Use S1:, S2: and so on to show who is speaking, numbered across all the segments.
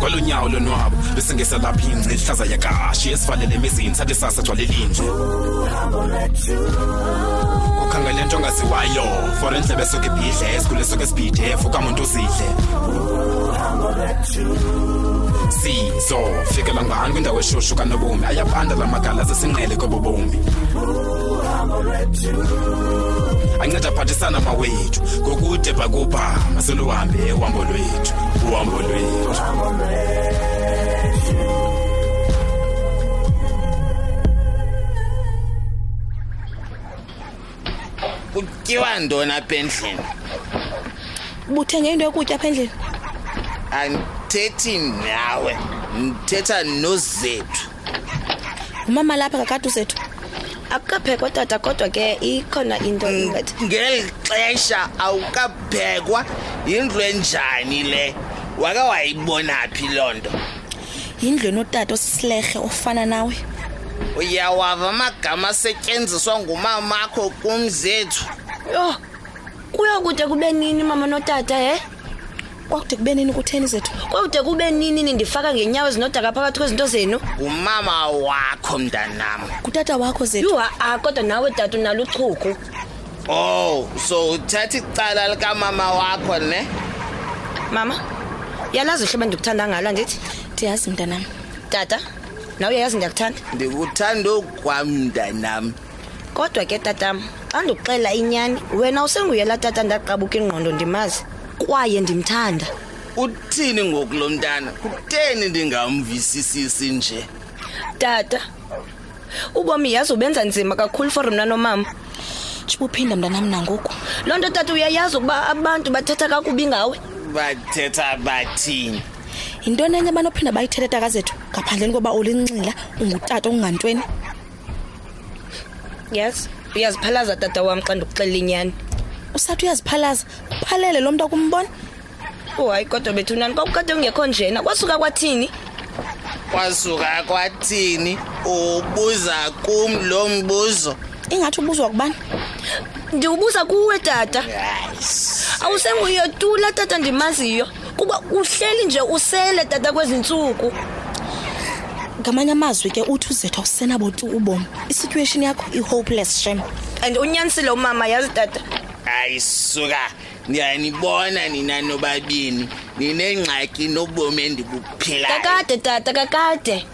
S1: kwalonyawo lonwabo bese ngesalapha ingce ihlaza yakashi esivalele emizini sathi sasa jwalelinje ukhangele nto ongaziwayo for endlebe esuke ibhidle esikhule esuke esibhidef ukamuntu uzidle sizo fikela ngani kwindawo eshushu kanobomi ayabanda la magala zesinqele kobobomi anceda aphathisana mawethu ngokude bhakubhama seluhambe uhambo lwethu uhambo lwethu
S2: kutyiwa ntoni apha endlini
S3: ubuthenge into yokutya apha endlini
S2: andithethi nawe ndithetha nozethu
S3: umama lapha kakade uzethu akukaphekwa tata kodwa ke ikhona into ingathi
S2: ngeli xesha awukaphekwa yindlu enjani le wake wayibona phi loo nto
S3: yindlu enotata osisilerhe ofana nawe
S2: uyawava amagama asetyenziswa ngumamakho kumzethu
S4: yho kuyokude kube nini mama notata he
S3: kwakude kube nini kutheni zethu
S4: kuyokude kube nini nindifaka ngeenyawo ezinodaka phakathi kwezinto zenu
S2: ngumama wakho mntanam
S3: kutata wakho zethu
S4: yho a kodwa nawe tata unalo uchuku
S2: oh so uthatha icala likamama wakho ne
S4: mama yalazi uhlobo endikuthanda ngalo andithi
S3: ndiyazi mntanam
S4: tata nawe uyayazi ndiyakuthanda
S2: ndikuthanda okwam mntanam
S4: kodwa ke tatam xa ndikuxelela inyani wena usenguyela tata ndaqabuka ingqondo ndimazi kwaye ndimthanda
S2: uthini ngoku lo mntana kutheni ndingamvisisisi nje
S4: tata ubomi yazi ubenza nzima kakhulu for mna nomama
S3: tshibuphinda mntanam nangoku
S4: loo nto tata uyayazi ukuba abantu bathetha kakubi ngawe
S2: bathetha bathini
S3: yintoni enye abanophinda bayithethe takazethu ngaphandleni koba ulinxila ungutata okungantweni
S4: yes uyaziphalaza tata wam xa ndikuxelela inyani
S3: usathi uyaziphalaza uphalele lo mntu akumbona
S4: oh hayi kodwa bethu nani kwakukade kungekho njena kwasuka kwathini
S2: kwasuka kwathini ubuza kum lo mbuzo
S3: ingathi ubuzwa kubani
S4: ndiwubuza kuwe tata
S2: Hayi,
S4: awusenguye tu la tata ndimaziyo kuba uhleli nje usele tata kwezi ntsuku
S3: ngamanye amazwi ke uthi uzethu awusenabotu ubomi isituation yakho i-hopeless shem
S4: and unyanisile umama yazi tata
S2: hayi suka ndiyanibona nina nobabini ninengxaki nobomi endibuphilayo
S4: kakade tata kakade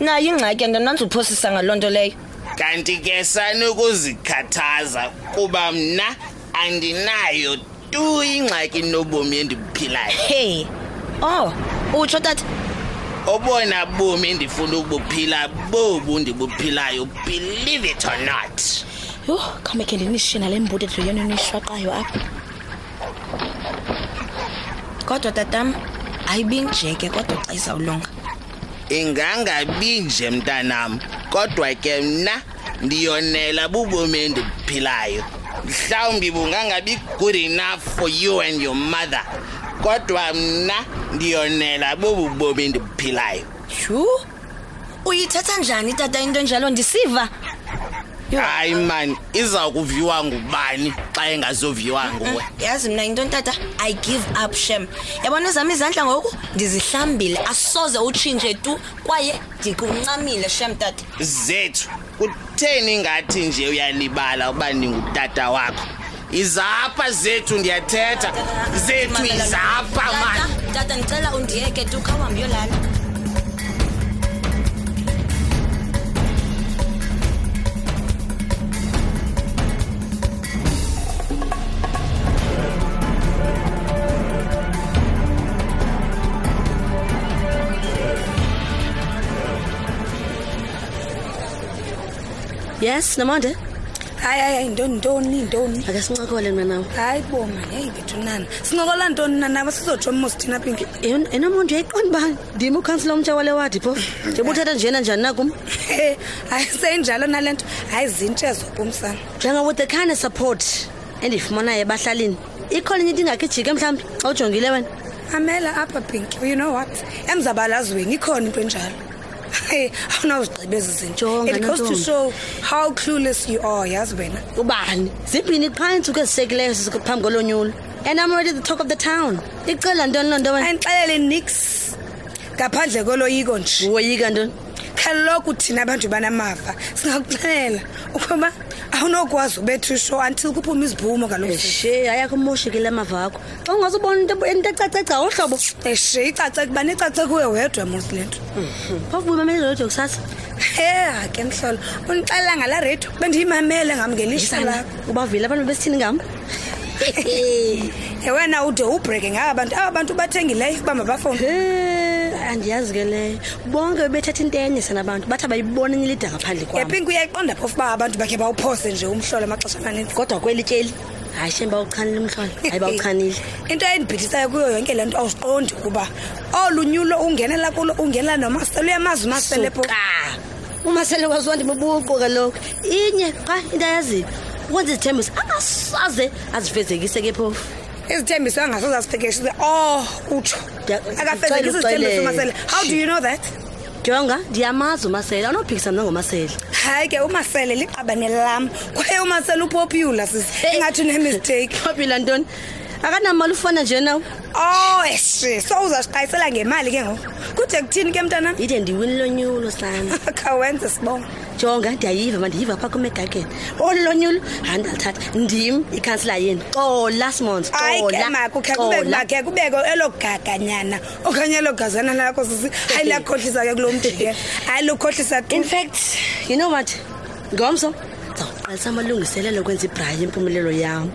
S4: nayo ingxaki andinanzi uphosisa ngaloo nto leyo
S2: kanti ke sanukuzikhathaza kuba mna andinayo tu ingxaki nobomi endibuphilayo
S4: heyi oh utsho tata
S2: obona bomi endifuna ukubuphila bobu ndibuphilayo believe it or not
S3: yho khawume khe ndinishina le mbutedlo yenu niyishwaqayo apha
S4: kodwa tatam ayibi nje ke kodwa xa izawulunga
S2: ingangabi nje mntanam kodwa ke mna ndiyonela bubomi endibuphilayo mhlawumbi bungangabi good enough for you and your mother kodwa mna ndiyonela bobu bomi endibuphilayo
S4: yhu uyithetha njani tata into enjalo ndisiva
S2: hayi mani iza kuviwa ngubani xa engazoviwa nguwe
S4: Eh, yazi mna into tata i give up shem yabona ezam izandla ngoku ndizihlambile asoze utshintshe tu kwaye ndikuncamile shem tata
S2: zethu kutheni ngathi nje uyalibala uba ndingutata wakho izapha zethu ndiyathetha zethu izapha mani
S4: Tata, tata ndicela undiyeke tu khawuhambe yolala
S5: yes nomonde
S6: hayi hayi hayi ntoni ntoni ntoni
S5: ake sincokole mna nawe
S6: hayi boma yeyi bethu nana sincokola ntoni nanaba sizotsho mos thina pinki
S5: enomonde uyayiqonda uba ndim ukhansila omtsha wale wadi phofu njengoba uthatha njena njani nakum
S6: hayi seyinjalo nale nto hayi zintshe zokumsana
S5: jonga with the kind of support endiyifumanayo ebahlalini ikhona enye ndingakhe ijike mhlawumbi xa ujongile wena
S6: amela apha pinki you know what emzabalazweni ikhona into enjalo Hey, awunawuzigqiba ezi zinto
S5: Jonga
S6: it goes to
S5: nantombi.
S6: show how clueless you are yazi wena
S5: ubani zimbini qha iintsuku ezisekileyo phambi kolonyulo and i'm already the talk of the town icela ntoni loo nto wena
S6: ayindixelele nix ngaphandle koloyiko nje
S5: woyika ntoni
S6: kaloku thina abantu banamava singakuxelela ukuba awunokwazi ubetha usho until kuphume izibhumo kaloku
S5: she ayakho umoshekile amava akho xa ungazubona into into ecacega olu hlobo
S6: eshe icaceke uba nicaceke kuwe wedwa mos le nto
S5: phofu buyimamele lodyo kusasa
S6: heha ke mhlolo undixelela ngalaa rediyo bendiyimamele ngam ngelishwa lakho
S5: ubavile abantu besithini ngam
S6: yewena ude ubhreke ngaba bantu aba bantu bathengileyo uba mabafowuni
S5: andiyazi ke leyo bonke bebethatha into enye sanabantu bathi abayibona enye lidanga phandle kwam
S6: epink uyayiqonda phofu uba abantu bakhe bawuphose nje umhlolo amaxesha amaninzi
S5: kodwa kweli tyeli hayi shem bawuchanile umhlolo hayi bawuchanile
S6: into endibhithisayo kuyo yonke le nto awusiqondi ukuba olu nyulo ungenela kulo ungenela nomasele uyamazi umasele pho
S5: Suka. umasele kwaziwa ndimbuqu kaloku inye qha into ayaziyo ukwenza izithembiso angasoze azifezekise ke phofu
S6: izithembiso angasoze asifekeshise oh utsho
S5: Ndiya-
S6: akafezekisi
S5: ndicela
S6: izithembiso umasele
S5: uxele.
S6: how do you know that
S5: jonga ndiyamazi umasele awunophikisa mna ngomasele
S6: hayi ke umasele liqabane lam kwaye umasele upopula sisi ingathi unemisteyikhi
S5: popula ntoni akanamali ufana nje nawo
S6: oh eshe so uzasiqayisela ngemali ke ngoku kude kuthini ke mntanam
S5: ide ndiwinilo nyulo sana
S6: khawenze sibongo
S5: jonga ndiyayiva mandiyiva phaa kumegageni olu lonyulo hayi ndalithatha ndim ikhansila yenu xola simons
S6: hayi ke maku khe kubeke makhe kubeko elo gaganyana okanye elo gazana lakho sisi hayi liyakhohlisa ke kulo mntu ke hayi lukhohlisa tu
S5: in fact you know what ngomso ndizawuqalisa amalungiselelo okwenza ibhrayi impumelelo yam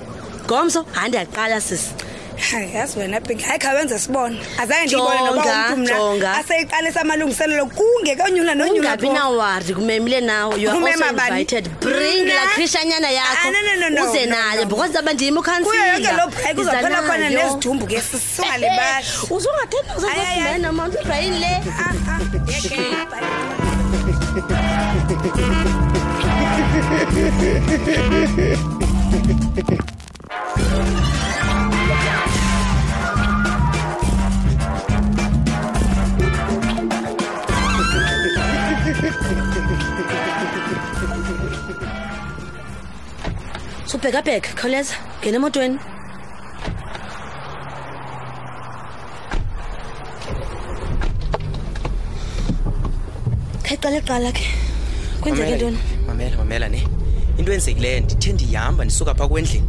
S5: ngomso hayi ndiyaqala sisi
S6: Hayi, yazi wena pink hayi khawenze sibone azange ndiyibone
S5: Jonga,
S6: noba umntu mna
S5: jonga.
S6: aseyiqalisa amalungiselelo kungekonyula nonyula
S5: ungabi nawari kumemile nawo you are
S6: Umema
S5: also
S6: bani?
S5: invited bring
S6: Mna?
S5: la krishanyana
S6: Ah,
S5: yakho
S6: no, no, no, no,
S5: uze
S6: no,
S5: naye
S6: no.
S5: because ndaba ndim
S6: kuyo yonke loo bhayiki uzaphela khona
S5: ukhansilauzaphela
S6: nezidumbu ke
S5: Eh,
S6: sisungalibali Ay, ay, ay.
S5: uzungathendauzaaibhayini le
S6: Ah, ah, yeke.
S5: subhekabheka khawuleza ngena emotweni khaqala qala ke kwenzeke
S7: Mamela
S5: ntoni
S7: ke, mamela mamela ne into enzekileyo ndithe ndihamba ndisuka phaa kwendlini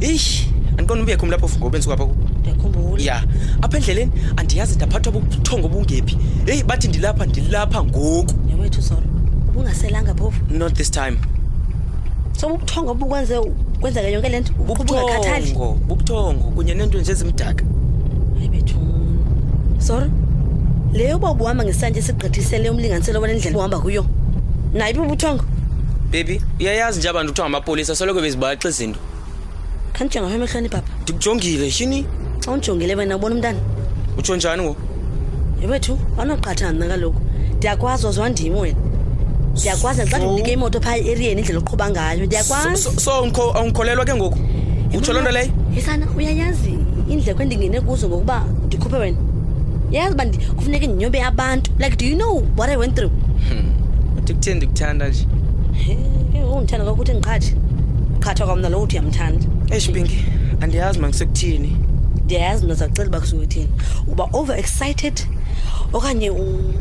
S7: eish andiqona ubekho mlapho fungobe ndisuka phaa ku-
S5: ndiyakhumbula
S7: ya apha endleleni andiyazi ndaphathwa bubuthongo obungephi heyi bathi ndilapha ndilapha ngoku
S5: newethu zolo ubungaselanga phofu
S7: not this time
S5: sobubuthongo obukwenze kwenzeka yonke le nto ubungakhathali
S7: bubuthongo bubuthongo kunye neento nje ezimdaka
S5: hayi bethu zoro leyo uba ubuhamba ngesantya esigqithisele umlinganiselo wale ndlela uhamba kuyo naye bubuthongo
S7: bebi uyayazi nje abantu kuthiwa ngamapolisa soloko bezibaxa izinto
S5: khandijongapha emehlweni bhabha
S7: ndikujongile shini
S5: xa undijongile wena ubona umntana
S7: utsho njani ngoku
S5: yewethu wanoqathana mna kaloku ndiyakwazi wazwandim wena ndiyakwazi xa ndimnike imoto phaa eriyeni indlela oqhuba ngayo ndiyakwazi
S7: So- so- so awunkho- awungikholelwa ke ngoku utsho loo nto leyo
S5: yesana uyayazi iindleko endingene kuzo ngokuba ndikhuphe wena yazi uba ndi- kufuneke ndinyobe abantu like do you know what i went through
S7: ndikutheni ndikuthanda nje
S5: He, ke ngoku ndithanda kakuthi ndiqhathe qhathwa kwamna lo uthi uyamthanda
S7: eshipinki andiyazi mandisekuthini
S5: ndiyayazi mna zakucela uba kusukuthini uba overexcited okanye u-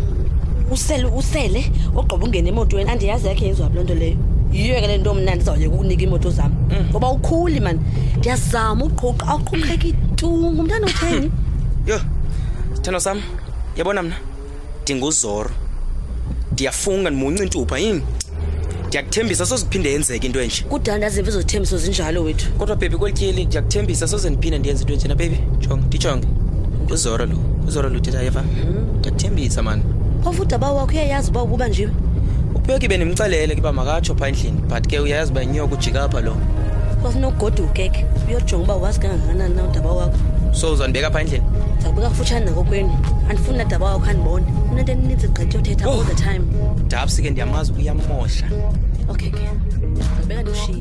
S5: usele usele ogqiba ungena emotweni andiyazi yakhe yenziwa loo nto leyo yiyo ke le nto mna ndizawuyeka ukunika iimoto zam
S7: Mm.
S5: ngoba ukhuli mani ndiyazama uqhuqa awuqhuqeki tu ngumntana otheni
S7: yho sithando sam yabona mna ndinguzoro ndiyafunga ndimunca intupha yini ndiyakuthembisa soziphinde yenzeke into enje
S5: kudala ndaziva izozithembiso zinjalo wethu
S7: kodwa bebi kweli tyeli ndiyakuthembisa soze ndiphinde ndiyenze into enjena bebi jonge ndijonge uzoro lo uzoro lo uthetha yeva ndiyakuthembisa mani
S5: Mhm. phofu udaba wakho uyayazi uba ububa njiwe
S7: upheki bendimxelele ke uba makatsho phaa endlini but ke uyayazi uba inyoka ujika apha lo
S5: kwafinokugoduke ke uyojonga uba wazi kangakanani na udaba wakho
S7: so uzandibeka phaa endlini
S5: ndizawubeka kufutshane nakokwenu andifuni nadaba wakho andibone unento eninzi gqithi yothetha all the time
S7: dabsi ke ndiyamazi ukuyamosha
S5: Okay, okay. Better to she.